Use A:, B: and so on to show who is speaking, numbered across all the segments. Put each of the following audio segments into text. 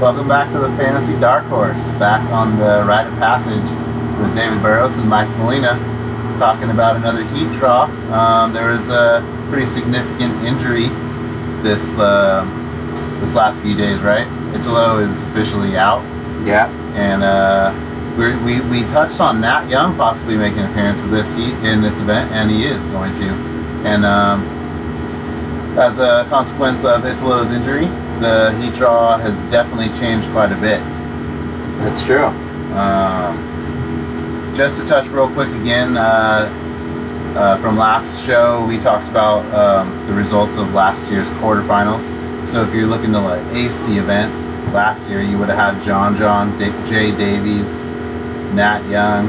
A: Welcome back to the Fantasy Dark Horse. Back on the Rite of Passage with David Burrows and Mike Molina, talking about another heat draw. Um, there was a pretty significant injury this uh, this last few days, right? Italo is officially out,
B: Yeah.
A: and uh, we we we touched on Nat Young possibly making an appearance of this heat in this event, and he is going to. And um, as a consequence of Italo's injury, the heat draw has definitely changed quite a bit.
B: That's true.
A: Um, just to touch real quick again, uh, uh, from last show, we talked about um, the results of last year's quarterfinals. So if you're looking to like ace the event last year, you would have had John John, D- Jay Davies, Nat Young,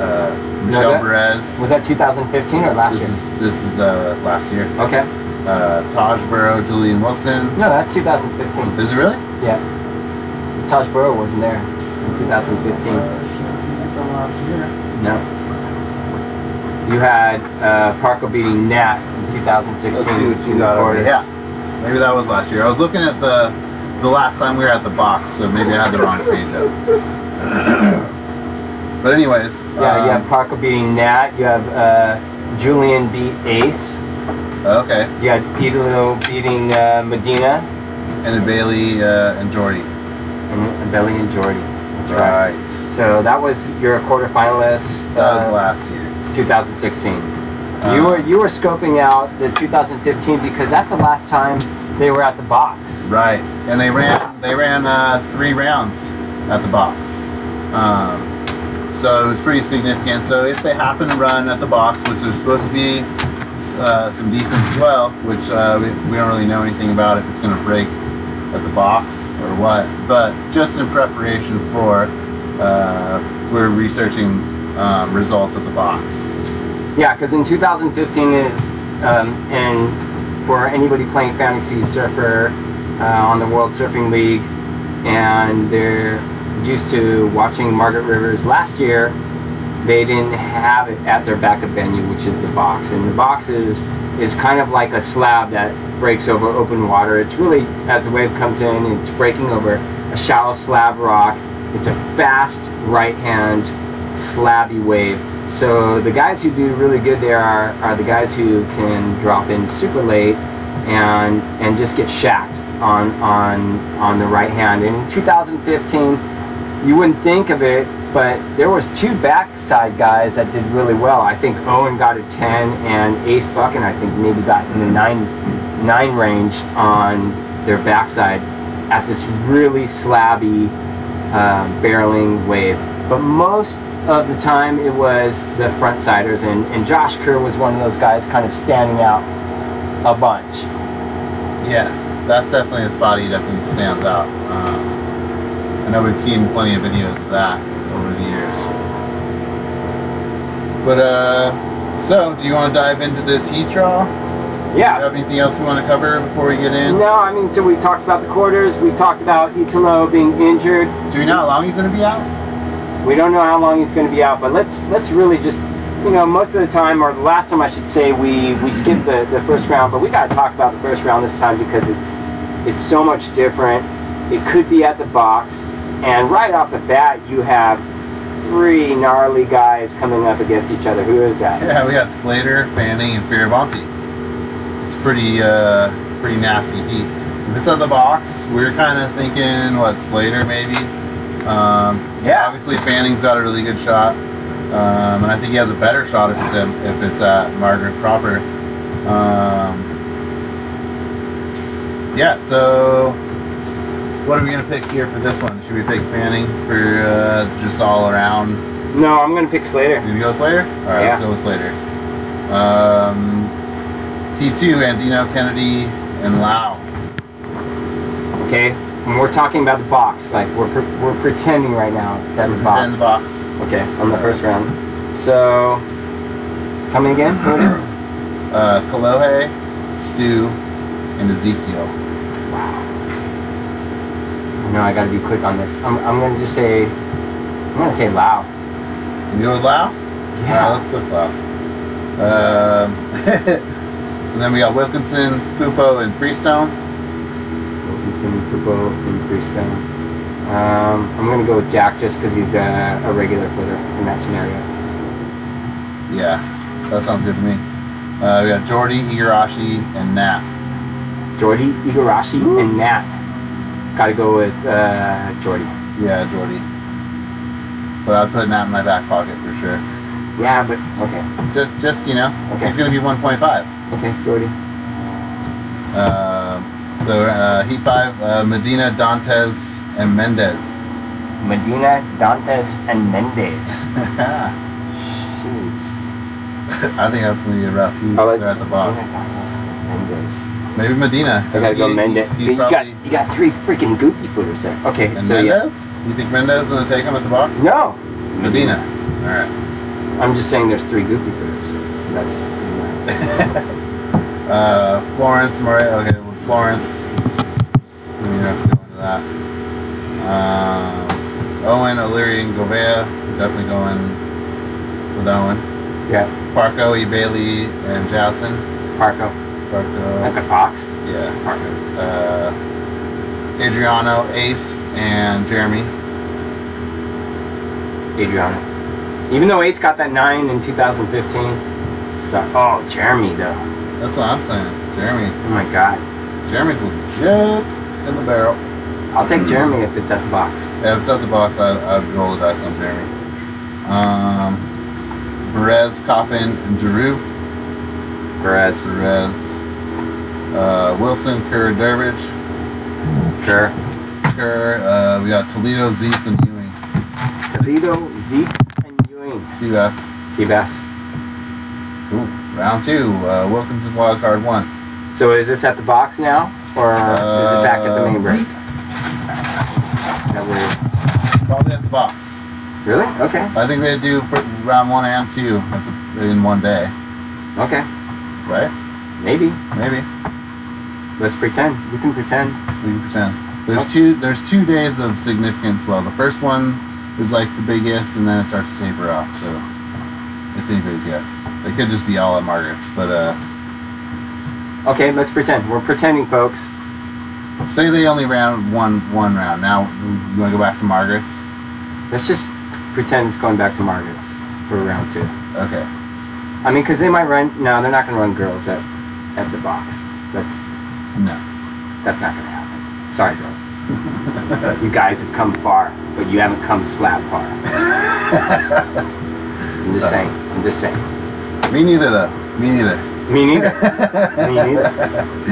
A: uh, Michelle
B: that-
A: Perez.
B: Was that 2015 or last
A: this
B: year?
A: is this is uh, last year.
B: Okay.
A: Uh, Taj Burrow, Julian Wilson.
B: No, that's 2015.
A: Is it really?
B: Yeah. Taj Burrow wasn't there in 2015.
A: last year.
B: No. You had uh, Parker beating Nat in 2016.
A: Let's see what
B: in
A: you
B: the
A: got over
B: quarters.
A: here. Yeah, maybe that was last year. I was looking at the the last time we were at the box, so maybe I had the wrong page up. but anyways,
B: Yeah, you
A: um,
B: have Parker beating Nat. You have uh, Julian beat Ace.
A: um, Okay,
B: You had Idolo beating uh, Medina.
A: and Bailey uh, and Jordy.
B: And Belly and Jordy. That's
A: Right.
B: So that was your quarterfinalist.
A: That was
B: uh,
A: last year.
B: 2016. you were you were scoping out the 2015 because that's the last time they were at the box.
A: Right, and they ran they ran uh, three rounds at the box. Um, so it was pretty significant. So if they happen to run at the box, which there's supposed to be uh, some decent swell, which uh, we, we don't really know anything about if it's going to break at the box or what, but just in preparation for, uh, we're researching um, results at the box.
B: Yeah, because in 2015 is um, and for anybody playing fantasy surfer uh, on the World Surfing League, and they're used to watching Margaret Rivers last year. They didn't have it at their backup venue, which is the box, and the box is is kind of like a slab that breaks over open water. It's really as the wave comes in, it's breaking over a shallow slab rock. It's a fast right hand slabby wave. So the guys who do really good there are, are the guys who can drop in super late and and just get shacked on on on the right hand. And in 2015, you wouldn't think of it, but there was two backside guys that did really well. I think Owen got a 10 and Ace Buckin I think maybe got in the nine nine range on their backside at this really slabby um, barreling wave. But most of the time, it was the front siders, and, and Josh Kerr was one of those guys kind of standing out a bunch.
A: Yeah, that's definitely a spot he definitely stands out. Um, I know we've seen plenty of videos of that over the years. But uh, so do you want to dive into this heat draw? Do you
B: Yeah.
A: have anything else we want to cover before we get in?
B: No, I mean, so we talked about the quarters, we talked about Italo being injured.
A: Do we know how long he's gonna be out?
B: We don't know how long he's going to be out, but let's let's really just, you know, most of the time, or the last time I should say, we we skipped the, the first round, but we got to talk about the first round this time because it's it's so much different. It could be at the box, and right off the bat, you have three gnarly guys coming up against each other. Who is that?
A: Yeah, we got Slater, Fanning, and Firavanti. It's pretty uh, pretty nasty heat. If it's at the box, we're kind of thinking what Slater maybe. Um,
B: Yeah.
A: Obviously, Fanning's got a really good shot, um, and I think he has a better shot if it's at, if it's at Margaret proper. Um, yeah. So, what are we gonna pick here for this one? Should we pick Fanning for uh, just all around?
B: No, I'm going to pick Slater.
A: Did we go Slater? All right,
B: Yeah.
A: let's go with Slater. Um, he too, Andino, Kennedy,
B: Mm-hmm.
A: and Lau.
B: Okay, when we're talking about the box, like we're pre- we're pretending right now it's at the
A: Pretend
B: box.
A: box.
B: Okay, on the first round. So, tell me again who it is.
A: Uh, Kolohe, Stu, and Ezekiel.
B: Wow. No, I gotta be quick on this. I'm, I'm gonna just say, I'm gonna say Lao.
A: You go with Lau?
B: Yeah.
A: Uh, let's go with Lau. Um, and then we got Wilkinson, Pupo, and Freestone.
B: Wilkinson, Pupo, and Freestone. Um, I'm gonna go with Jack just because he's a, a regular footer in that scenario.
A: Yeah, that sounds good to me. Uh, we got Jordy, Igarashi, and Nat.
B: Jordy, Igarashi, and Nat. Gotta go with uh, Jordy.
A: Yeah, Jordy. But I'd put Nat in my back pocket for sure.
B: Yeah, but okay,
A: Just, just you know,
B: Okay.
A: he's gonna be 1.5.
B: okay, Jordy.
A: Uh, so uh, Heat Five, uh, Medina, Dantes, and Mendez.
B: Medina, Dantes, and Mendez.
A: I
B: Jeez.
A: think that's gonna be a rough heat
B: I like-
A: there at the
B: Medina,
A: box.
B: Dantes, and Mendez.
A: Maybe Medina.
B: I gotta go
A: He-
B: Mendez.
A: He's, he's
B: you got
A: probably,
B: you got three freaking goofy footers there. Okay,
A: and
B: so
A: Mendez. You think Mendez is gonna take him at the box?
B: yeah. No,
A: Medina. All right.
B: I'm just saying there's three goofy footers. So that's
A: Uh, Florence Murray. Okay, with Florence. We don't have to go into that. Um, Owen, O'Leary, and Govea. We're definitely going with Owen.
B: yeah.
A: Parko, E. Bailey, and Johnson.
B: Parko. Like
A: Parko.
B: a fox.
A: Yeah.
B: Parko.
A: Uh, Adriano, Ace, and Jeremy.
B: Adriano. Even though eight's got that nine in 2015. So, oh, Jeremy though.
A: That's what I'm saying. Jeremy.
B: Oh my God.
A: Jeremy's legit in the barrel.
B: I'll take Jeremy if it's at the box.
A: Yeah, if it's out the box, I, I'd roll the dice on Jeremy. Um, Perez, Coffin, and Giroux.
B: Perez.
A: Perez. Uh, Wilson, Kerr, Durbridge.
B: Sure.
A: Kerr, uh, we got Toledo, Zeitz, and Ewing.
B: Toledo, Zeeks, and Ewing.
A: See you guys.
B: Seabass.
A: Ooh, round two. Uh, Wilkinson, wild card one.
B: So is this at the box now, or is it back at the main
A: Uh,
B: break? That weird.
A: Probably at the box.
B: Really? Okay.
A: I think they do pr- round one and two at the, in one day,
B: Okay.
A: right?
B: Maybe.
A: Maybe.
B: Let's pretend. We can pretend.
A: We can pretend. There's two. There's two days of significance. Well, the first one is like the biggest, and then it starts to taper off. So it's anybody's guess. They could just be all at Margaret's, but uh,
B: Okay, let's pretend. We're pretending, folks.
A: say they only round one one round. Now you want to go back to Margaret's?
B: Let's just pretend it's going back to Margaret's for round two.
A: Okay.
B: I mean, because they might run. No, they're not going to run girls at, at the box. That's
A: No.
B: that's not going to happen. Sorry, girls. You guys have come far, but you haven't come slap far. I'm just saying. I'm just saying.
A: Me neither, though. Me neither.
B: Me neither. Me neither.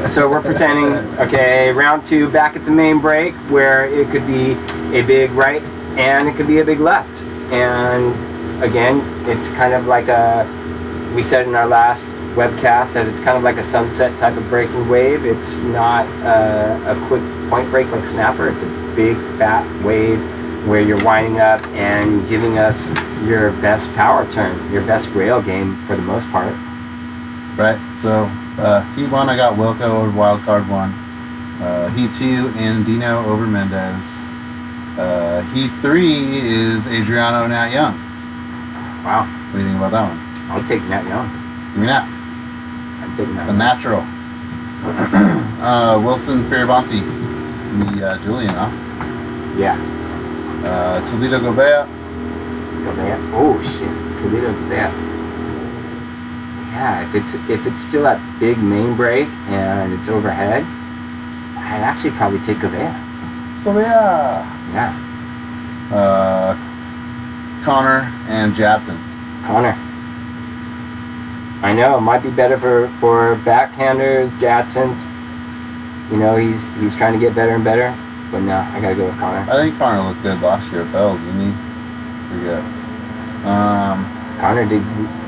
B: Okay. So we're pretending, okay, round two back at the main break where it could be a big right and it could be a big left. And again, it's kind of like a, we said in our last webcast that it's kind of like a sunset type of breaking wave. It's not a, a quick point break like Snapper, it's a big fat wave where you're winding up and giving us your best power turn, your best rail game for the most part.
A: Right. So uh, heat one, I got Wilco over wild card one. Uh, heat two, Andino over Mendez. Uh, heat three is Adriano and Nat Young.
B: Wow.
A: What do you think about that one?
B: I'll take Nat Young.
A: Give me that.
B: I'm taking Nat
A: The
B: Young.
A: natural. uh, Wilson Firabanti. The uh, Julian, huh?
B: Yeah.
A: Uh, Toledo Gobea.
B: Go there. Oh shit. Toledo go there. Yeah, if it's if it's still at big main break and it's overhead, I'd actually probably take Gavea.
A: Gobea!
B: Yeah.
A: Uh, Connor and Jadson.
B: Connor. I know, it might be better for, for backhanders, Jadsons. You know, he's he's trying to get better and better. But no, I gotta go with Connor.
A: I think Connor looked good last year at Bells, didn't he? Pretty good. Um,
B: Connor did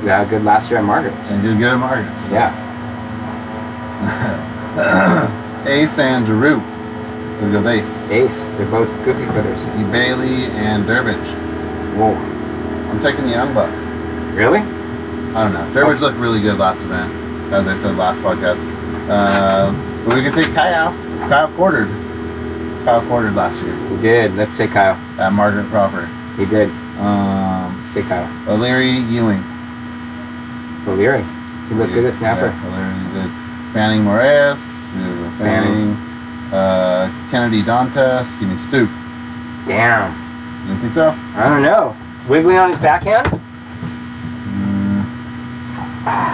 B: uh, good last year at Margaret's.
A: and did good at Margaret's.
B: Yeah.
A: Ace and Giroux. We go with Ace.
B: Ace. They're both goofy footers.
A: E. Bailey and Durbridge.
B: Whoa.
A: I'm taking the young buck.
B: Really?
A: I don't know. Durbridge looked really good last event, as I said last podcast. Uh, but we can take Kyle. Kyle quartered. Kyle quartered last year
B: He did. Let's say Kyle.
A: at Margaret Proper.
B: He did.
A: Um,
B: Let's say Kyle.
A: O'Leary Ewing.
B: O'Leary. He looked good at snapper.
A: Yeah, O'Leary did. Fanning Moraes. we have Fanning. Uh, Kennedy Dantas. Give me Stoop.
B: Damn.
A: You think so?
B: I don't know. Wiggly on his backhand?
A: Mm,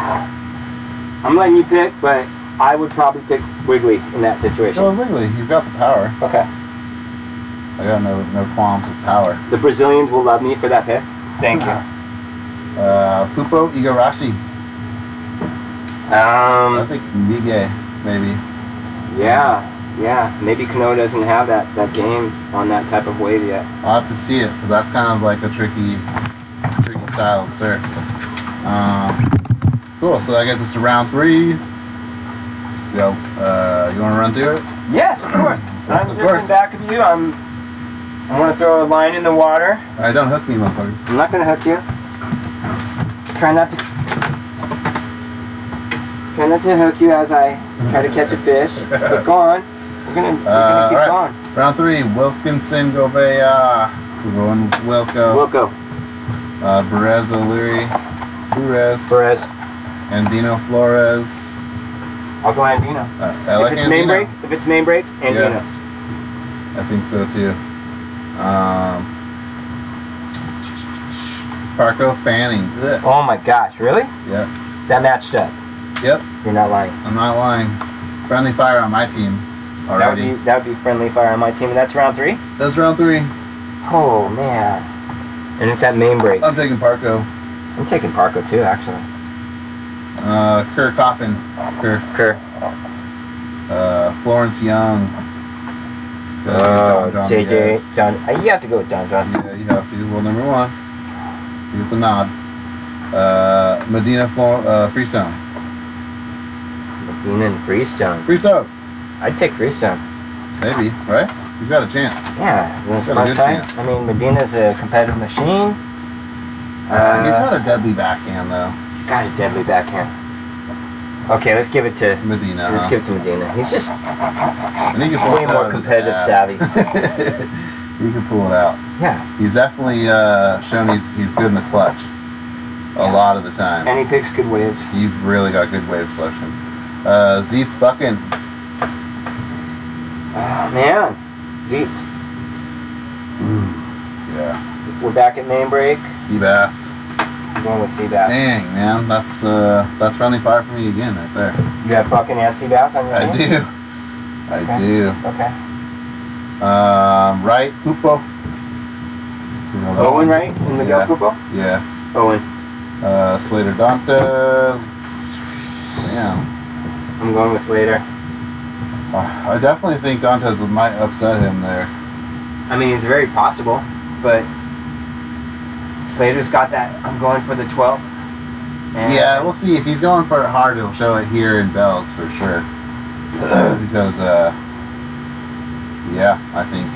B: I'm letting you pick, but I would probably pick Wiggly in that
A: go
B: situation.
A: with Wiggly. He's got the power.
B: Okay.
A: I got no no qualms with power.
B: The Brazilians will love me for that pick. Thank you.
A: Uh, Pupo Igarashi. I
B: Um,
A: think Mige, maybe.
B: yeah, yeah. Maybe Kano doesn't have that, that game on that type of wave yet.
A: I'll have to see it because that's kind of like a tricky, tricky style of surf. Um, cool. So that gets us to round three. Yo, uh, you want to run through it?
B: Yes, of course.
A: Yes,
B: I'm
A: of
B: just
A: course.
B: in back of you. I'm. I want to throw a line in the water.
A: All right, don't hook me, motherfucker.
B: I'm not gonna hook you. Try not to. Try not to hook you as I try to catch a fish. But go on. We're gonna, we're gonna
A: Uh,
B: keep
A: alright.
B: going.
A: Round three: Wilkinson, Gobea, we're going with Wilco,
B: We'll go.
A: uh, Perez, O'Leary, Perez,
B: Perez.
A: Andino Flores.
B: I'll go Andino.
A: Uh, I like
B: if it's
A: Andino.
B: main break, if it's main break, Andino.
A: I think so too. Um, Parco Fanning. Ugh.
B: Oh my gosh, really?
A: Yep.
B: That matched up.
A: Yep.
B: You're not lying.
A: I'm not lying. Friendly fire on my team
B: That would
A: already.
B: be that would be friendly fire on my team, and that's round three.
A: That's round three.
B: Oh man. And it's at main break.
A: I'm taking Parco.
B: I'm taking Parko too, actually.
A: Uh, Kerr Coffin. Kerr.
B: Kerr.
A: Uh, Florence Young. Uh,
B: Oh,
A: John, John,
B: JJ, Uh, John. uh, You have to go with John John.
A: Yeah. yeah, you have to. Well, number one. You get the nod. Uh, Medina Flor- uh, Freestone.
B: Medina and Freestone.
A: Freestone.
B: I'd take Freestone.
A: Maybe, right? He's got a chance.
B: Yeah, that's
A: Got a
B: my
A: good
B: side.
A: chance.
B: I mean, Medina's a competitive machine.
A: He's
B: Uh,
A: got a deadly backhand, though.
B: he's got a deadly backhand. Okay, let's give it to
A: Medina.
B: let's
A: huh?
B: give it to Medina. He's just
A: And he can
B: way
A: it
B: more
A: out of his
B: competitive
A: ass.
B: savvy.
A: he can pull it out.
B: yeah,
A: He's definitely uh, shown he's he's good in the clutch. A lot of the time,
B: and he picks good waves.
A: he really got good wave selection. Uh, Zeetz Buckin,
B: Oh man, Zeets,
A: yeah,
B: we're back at main breaks.
A: sea bass.
B: I'm going with Seabass.
A: Dang man, that's uh, that's friendly fire for me again right there.
B: You have fucking and Seabass on your
A: I
B: team?
A: do, I do.
B: Okay.
A: Um, right, Pupo. You know that one?
B: Owen, right? In the
A: Yeah.
B: Go Football?
A: Yeah.
B: Owen.
A: Uh, Slater Dantas. Damn.
B: I'm going with Slater.
A: Uh, I definitely think Dantas might upset him there.
B: I mean, it's very possible, but Slater's got that. I'm going for the 12. And
A: Yeah, we'll see. If he's going for it hard, he'll show it here in Bells for sure. because, uh, yeah, I think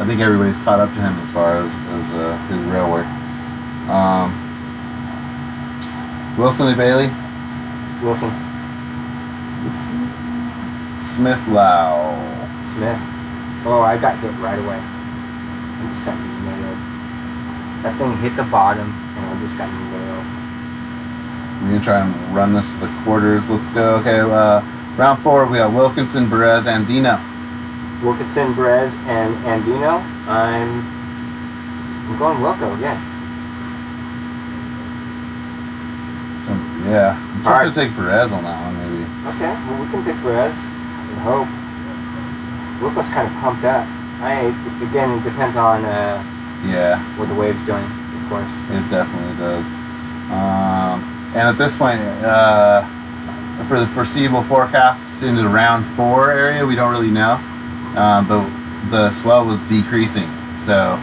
A: I think everybody's caught up to him as far as, as uh, his rail work. Um, Wilson and Bailey,
B: Wilson
A: Smith Lau.
B: Smith. Oh, I got hit right away. I just got nailed. That thing hit the bottom, and I just got nailed.
A: We're gonna try and run this to the quarters. Let's go. Okay, uh, round four. We got Wilkinson, Perez, and Dino.
B: Wilkinson, Brez, and Andino. I'm I'm going Wilco again.
A: So, yeah, I'm
B: All
A: trying to
B: right.
A: take Perez on that one. Maybe
B: Okay, well we can pick Brez and hope. Wilco's kind of pumped up. I again, it depends on uh,
A: yeah,
B: what the wave's doing, of course.
A: it definitely does. Um, and at this point, uh, for the foreseeable forecasts into the round four area, we don't really know. Um, but the swell was decreasing, so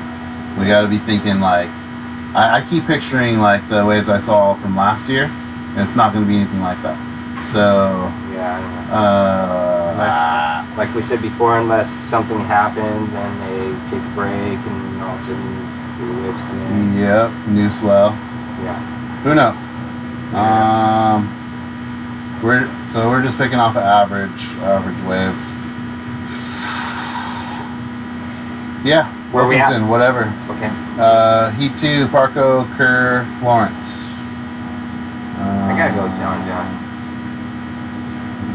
A: we got to be thinking like I, I keep picturing like the waves I saw from last year, and it's not going to be anything like that. So
B: Yeah, I don't know.
A: Uh,
B: Like we said before, unless something happens and they take a break and all of a sudden the waves come in.
A: yep, new swell.
B: Yeah.
A: Who knows? Um, we're so we're just picking off of average average waves. Yeah,
B: Where we at?
A: Wilkinson, whatever.
B: Okay.
A: Uh, he too, Parco, Kerr, Florence. Um,
B: I gotta go with John John.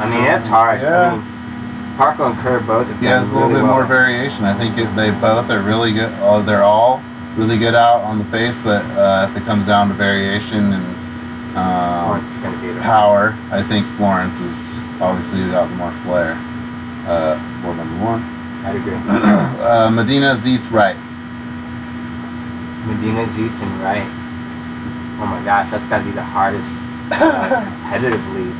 B: I mean, that's hard.
A: Yeah.
B: I mean, Parko and Kerr both. Have
A: Yeah,
B: done
A: it's a little
B: really
A: bit
B: well.
A: more variation. I think it, they both are really good. Oh, they're all really good out on the face, but uh, if it comes down to variation and
B: Lawrence
A: um,
B: is going to be there.
A: power, I think Florence is obviously got more flair. Uh, world number one.
B: I'd agree.
A: uh, Medina Zeet's right.
B: Medina Zeitz and Wright. Oh my gosh, that's got to be the hardest uh, competitively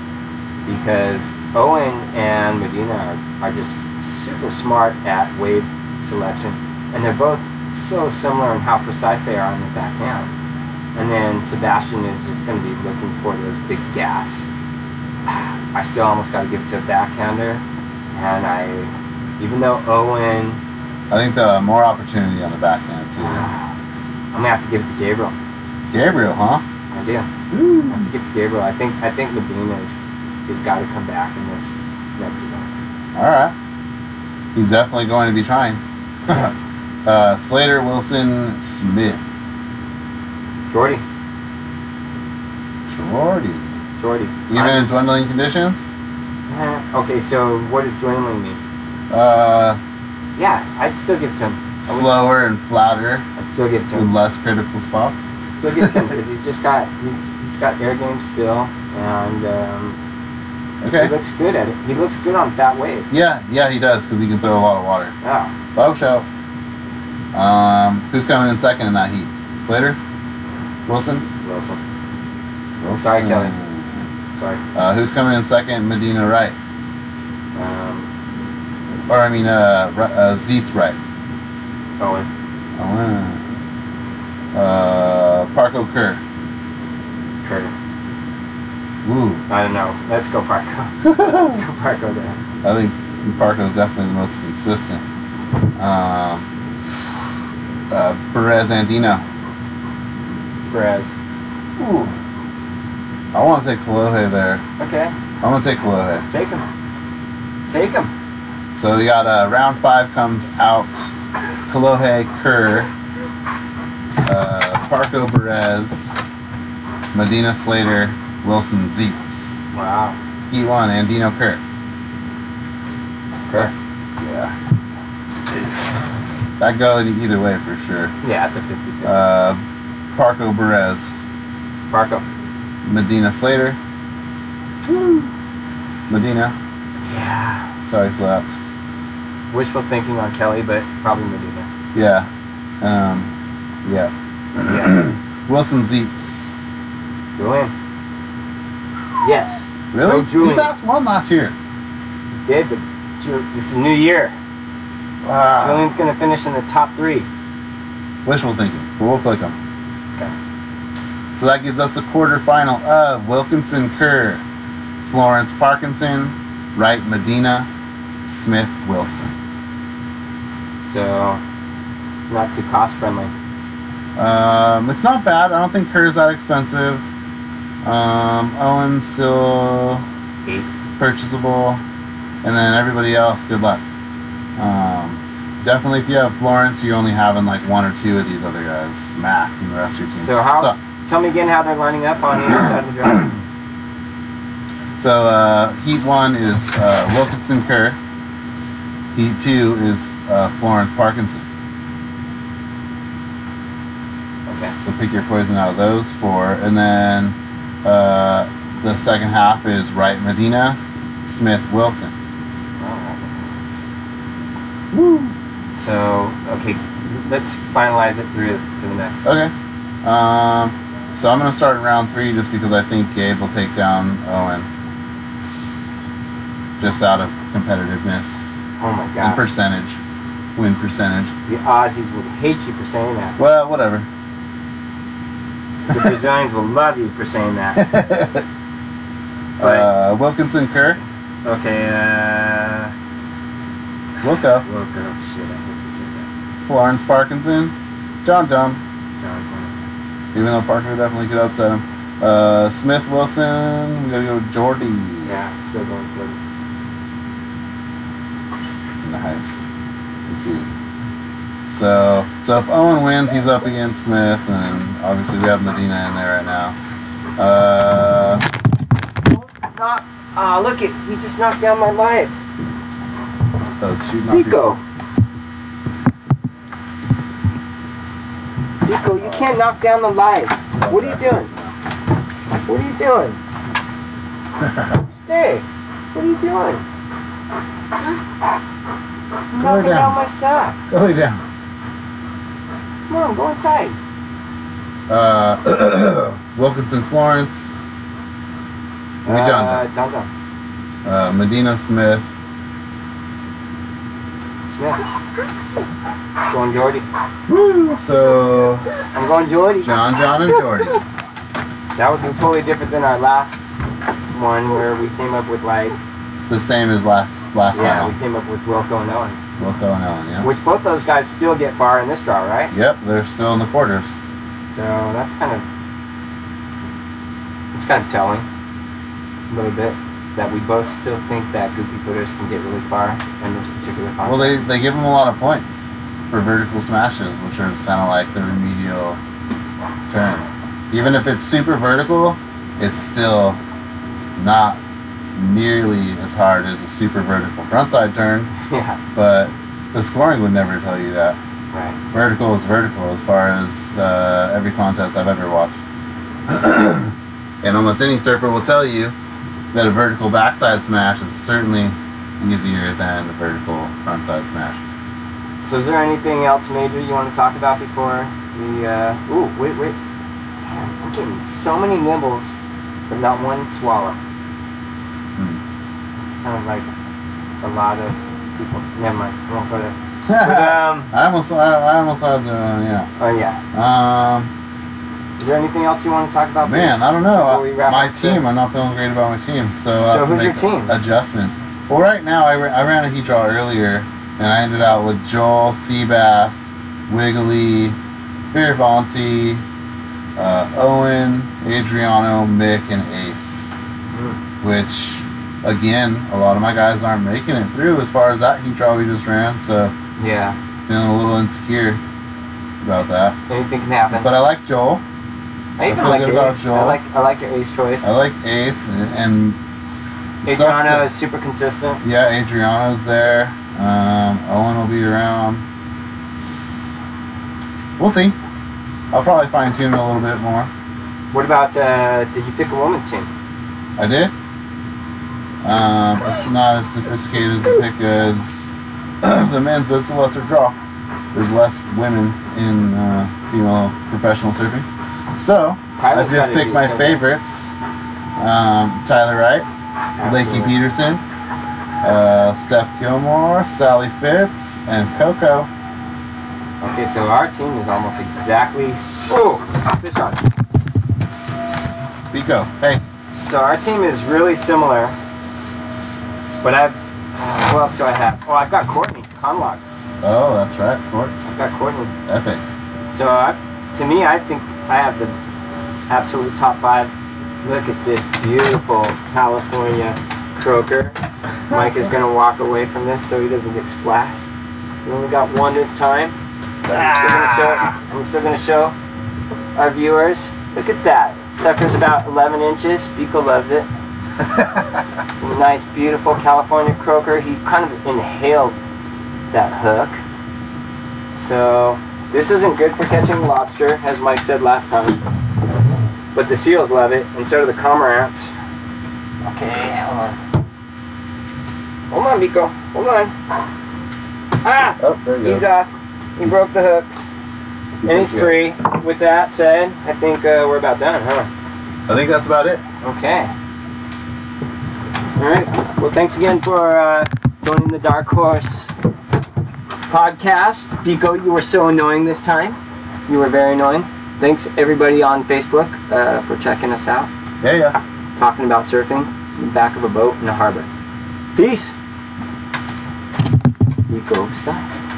B: because Owen and Medina are, are just super smart at wave selection, and they're both so similar in how precise they are on the backhand. And then Sebastian is just going to be looking for those big gaps. I still almost got to give it to a backhander, and I, even though Owen,
A: I think the more opportunity on the backhand too.
B: I'm gonna have to give it to Gabriel.
A: Gabriel, huh?
B: I do. I have to get to Gabriel. I think I think Medina is has got to come back in this next event.
A: All right. He's definitely going to be trying. uh, Slater Wilson Smith.
B: Jordy,
A: Jordy.
B: Jordy.
A: Even in dwindling conditions?
B: I- eh, okay, so what does dwindling mean?
A: Uh,
B: Yeah, I'd still give it to him. I would-
A: slower and flatter
B: I'd still give it to
A: with
B: him.
A: less critical spots.
B: Still give it to him because he's just got he's he's got air game still, and um, he
A: Okay.
B: looks good at it. He looks good on fat waves. Ah,
A: Yeah, yeah, he does because he can throw a lot of water.
B: Yeah.
A: Bob show. Um, who's coming in second in that heat? Slater? Wilson?
B: Wilson.
A: Wilson.
B: Sorry, Kelly. Sorry.
A: Uh, who's coming in second? Medina Wright.
B: Um,
A: Or, I mean, uh, Ri- uh, Zeetz Wright.
B: Owen.
A: Oh, wow. Uh, Parko Kerr.
B: Curry.
A: Ooh.
B: I don't know. Let's go Parko. Let's
A: I
B: go Parko there.
A: think Parko's definitely the most consistent. Um, uh, Perez Andino.
B: Perez.
A: Ooh. I want to take Kolohe there.
B: Okay.
A: I want to take Kolohe.
B: Take him. Take him.
A: So we got uh, round five comes out. Kolohe Kerr. Uh, Parko Perez. Medina Slater. Wilson Zeitz.
B: Wow.
A: Heat one, Andino Kerr.
B: Correct.
A: Yeah. That go in either way for sure.
B: Yeah, it's a 50 50.
A: Uh, Parco Perez,
B: Marco.
A: Medina Slater. Medina.
B: Yeah.
A: Sorry, Slats.
B: Wishful thinking on Kelly, but probably Medina.
A: Yeah. Um, yeah.
B: Yeah.
A: Wilson Zeitz.
B: Julian. Yes.
A: Really?
B: No, Julian.
A: Seabass won last year.
B: He did, but Ju- this is a new year.
A: Wow.
B: Julian's going to finish in the top three.
A: Wishful thinking. But we'll click them.
B: Okay.
A: So that gives us the quarterfinal of Wilkinson Kerr, Florence Parkinson, Wright Medina, Smith Wilson.
B: So, it's not too cost friendly.
A: Um, it's not bad. I don't think Kerr's that expensive. Um, Owen's still
B: Eight.
A: purchasable, and then everybody else, good luck. Um, definitely, if you have Florence, you're only having like one or two of these other guys max, and the rest of your team
B: So, how.
A: sucks.
B: Tell me again how they're lining up on either side of the draw.
A: So uh, heat one is uh, Wilkinson Kerr. Heat two is uh, Florence Parkinson.
B: Okay.
A: So pick your poison out of those four, and then uh, the second half is Wright Medina, Smith Wilson.
B: So, okay, let's finalize it through to the next.
A: Okay. Um, so I'm gonna start in round three just because I think Gabe will take down Owen. Just out of competitiveness
B: Oh my
A: and
B: god.
A: percentage, win percentage.
B: the Aussies would hate you for saying that.
A: Well, whatever.
B: The Brazilians will love you for saying that.
A: uh, Wilkinson Kerr,
B: Okay, uh.
A: Wilco,
B: Look, oh shit, I hate to say that.
A: Florence Parkinson, John John.
B: John Connor.
A: Even though Parker definitely could upset him. Uh, Smith Wilson, we gotta go Jordy
B: Yeah, still going good.
A: in the heist. Let's see. So, so if Owen wins, he's up against Smith, and obviously we have Medina in there right now. Uh,
B: ah, Knock. Aw, look at, he just knocked down my life.
A: though. It's shooting off your-
B: Nico. Nico, you can't knock down the light. What are you doing? What are you doing? Stay. What are you doing? I'm
A: Go lay
B: knocking
A: down.
B: down my stuff.
A: Go lay down.
B: Come on, go inside.
A: Uh, Wilkinson Florence, Maybe John's
B: Uh, Duncan.
A: uh, Medina Smith,
B: Smith. Going Jordy.
A: so
B: I'm going Jordy.
A: John, John, and Jordy.
B: That would be totally different than our last one where we came up with like
A: The same as last last
B: yeah, we
A: round.
B: came up with Wilco and Owen.
A: Wilco and Ellen, yeah.
B: Which both those guys still get far in this draw, right?
A: Yep, they're still in the quarters.
B: So that's kind of it's kind of telling a little bit that we both still think that goofy footers can get really far in this particular contest.
A: Well, they, they give them a lot of points for vertical smashes, which is kind of like the remedial turn. Even if it's super vertical, it's still not nearly as hard as a super vertical frontside turn,
B: yeah,
A: but the scoring would never tell you that.
B: right.
A: Vertical is vertical as far as uh, every contest I've ever watched. and almost any surfer will tell you that a vertical backside smash is certainly easier than a vertical frontside smash.
B: So is there anything else major you want to talk about before we? Uh, ooh, wait, wait. Man, I'm getting so many nibbles, but not one swallow.
A: Hmm.
B: It's kind of like a lot of people. Never mind. We won't go there.
A: I
B: um.
A: almost, I, I almost had to, yeah.
B: Oh yeah.
A: Um,
B: Is there anything else you want to talk about?
A: man, I don't know.
B: Before we wrap
A: My
B: up,
A: team,
B: sir.
A: I'm not feeling great about my team, so. I have
B: So
A: to
B: who's your
A: make
B: team?
A: Adjustments. Well, right now I, ra- I ran a heat draw earlier, and I ended out with Joel, Seabass, Wiggly, Firavanti, uh, Owen, Adriano, Mick, and Ace.
B: Mm.
A: Which, again, a lot of my guys aren't making it through as far as that heat draw we just ran, so
B: Yeah.
A: feeling a little insecure about that.
B: Anything can happen.
A: But I like Joel.
B: I even
A: feel
B: like
A: good
B: your
A: about
B: ace. I
A: Joel.
B: like I like your ace choice.
A: I like Ace and, and it sucks
B: Adriano
A: that-
B: is super consistent.
A: yeah, Adriano's there. Um, Owen will be around. We'll see. I'll probably fine tune it a little bit more.
B: What about uh, did you pick a woman's team?
A: I did. Um, it's not as sophisticated as the pick as the men's, but it's a lesser draw. There's less women in uh, female professional surfing. So,
B: Tyler's
A: I just
B: gotta
A: picked
B: do
A: my
B: something.
A: favorites um, Tyler Wright, Lakey
B: Absolutely.
A: Peterson, uh, Steph Gilmore, Sally Fitz, and Coco.
B: Okay, so our team is almost exactly. Oh, fish on.
A: Pico. Hey,
B: So our team is really similar, but I've. Uh, who else do I have? Oh, I've got Courtney Conlock.
A: oh, that's right, Quartz.
B: I've got Courtney.
A: Epic.
B: So I, to me, I think I have the absolute top five. Look at this beautiful California croaker. Mike is gonna walk away from this so he doesn't get splashed. We only got one this time. but Ah. I'm still gonna show. I'm still gonna show our viewers. Look at that. Sucker's about 11 inches. Biko loves it. Nice, beautiful California croaker. He kind of inhaled that hook. So this isn't good for catching lobster, as Mike said last time. But the seals love it, and so do the cormorants. Okay, hold on. Hold on, Biko. Hold on. Ah!
A: Oh, there he
B: He's
A: goes.
B: off. He broke the hook, and he's free. With that said, I think uh, we're about done, huh?
A: I think that's about it.
B: Okay. All right. Well, thanks again for uh, joining the Dark Horse podcast. Biko, you were so annoying this time. You were very annoying. Thanks everybody on Facebook uh, for checking us out,
A: Yeah, yeah.
B: talking about surfing in the back of a boat in a harbor. Peace. Biko, stop.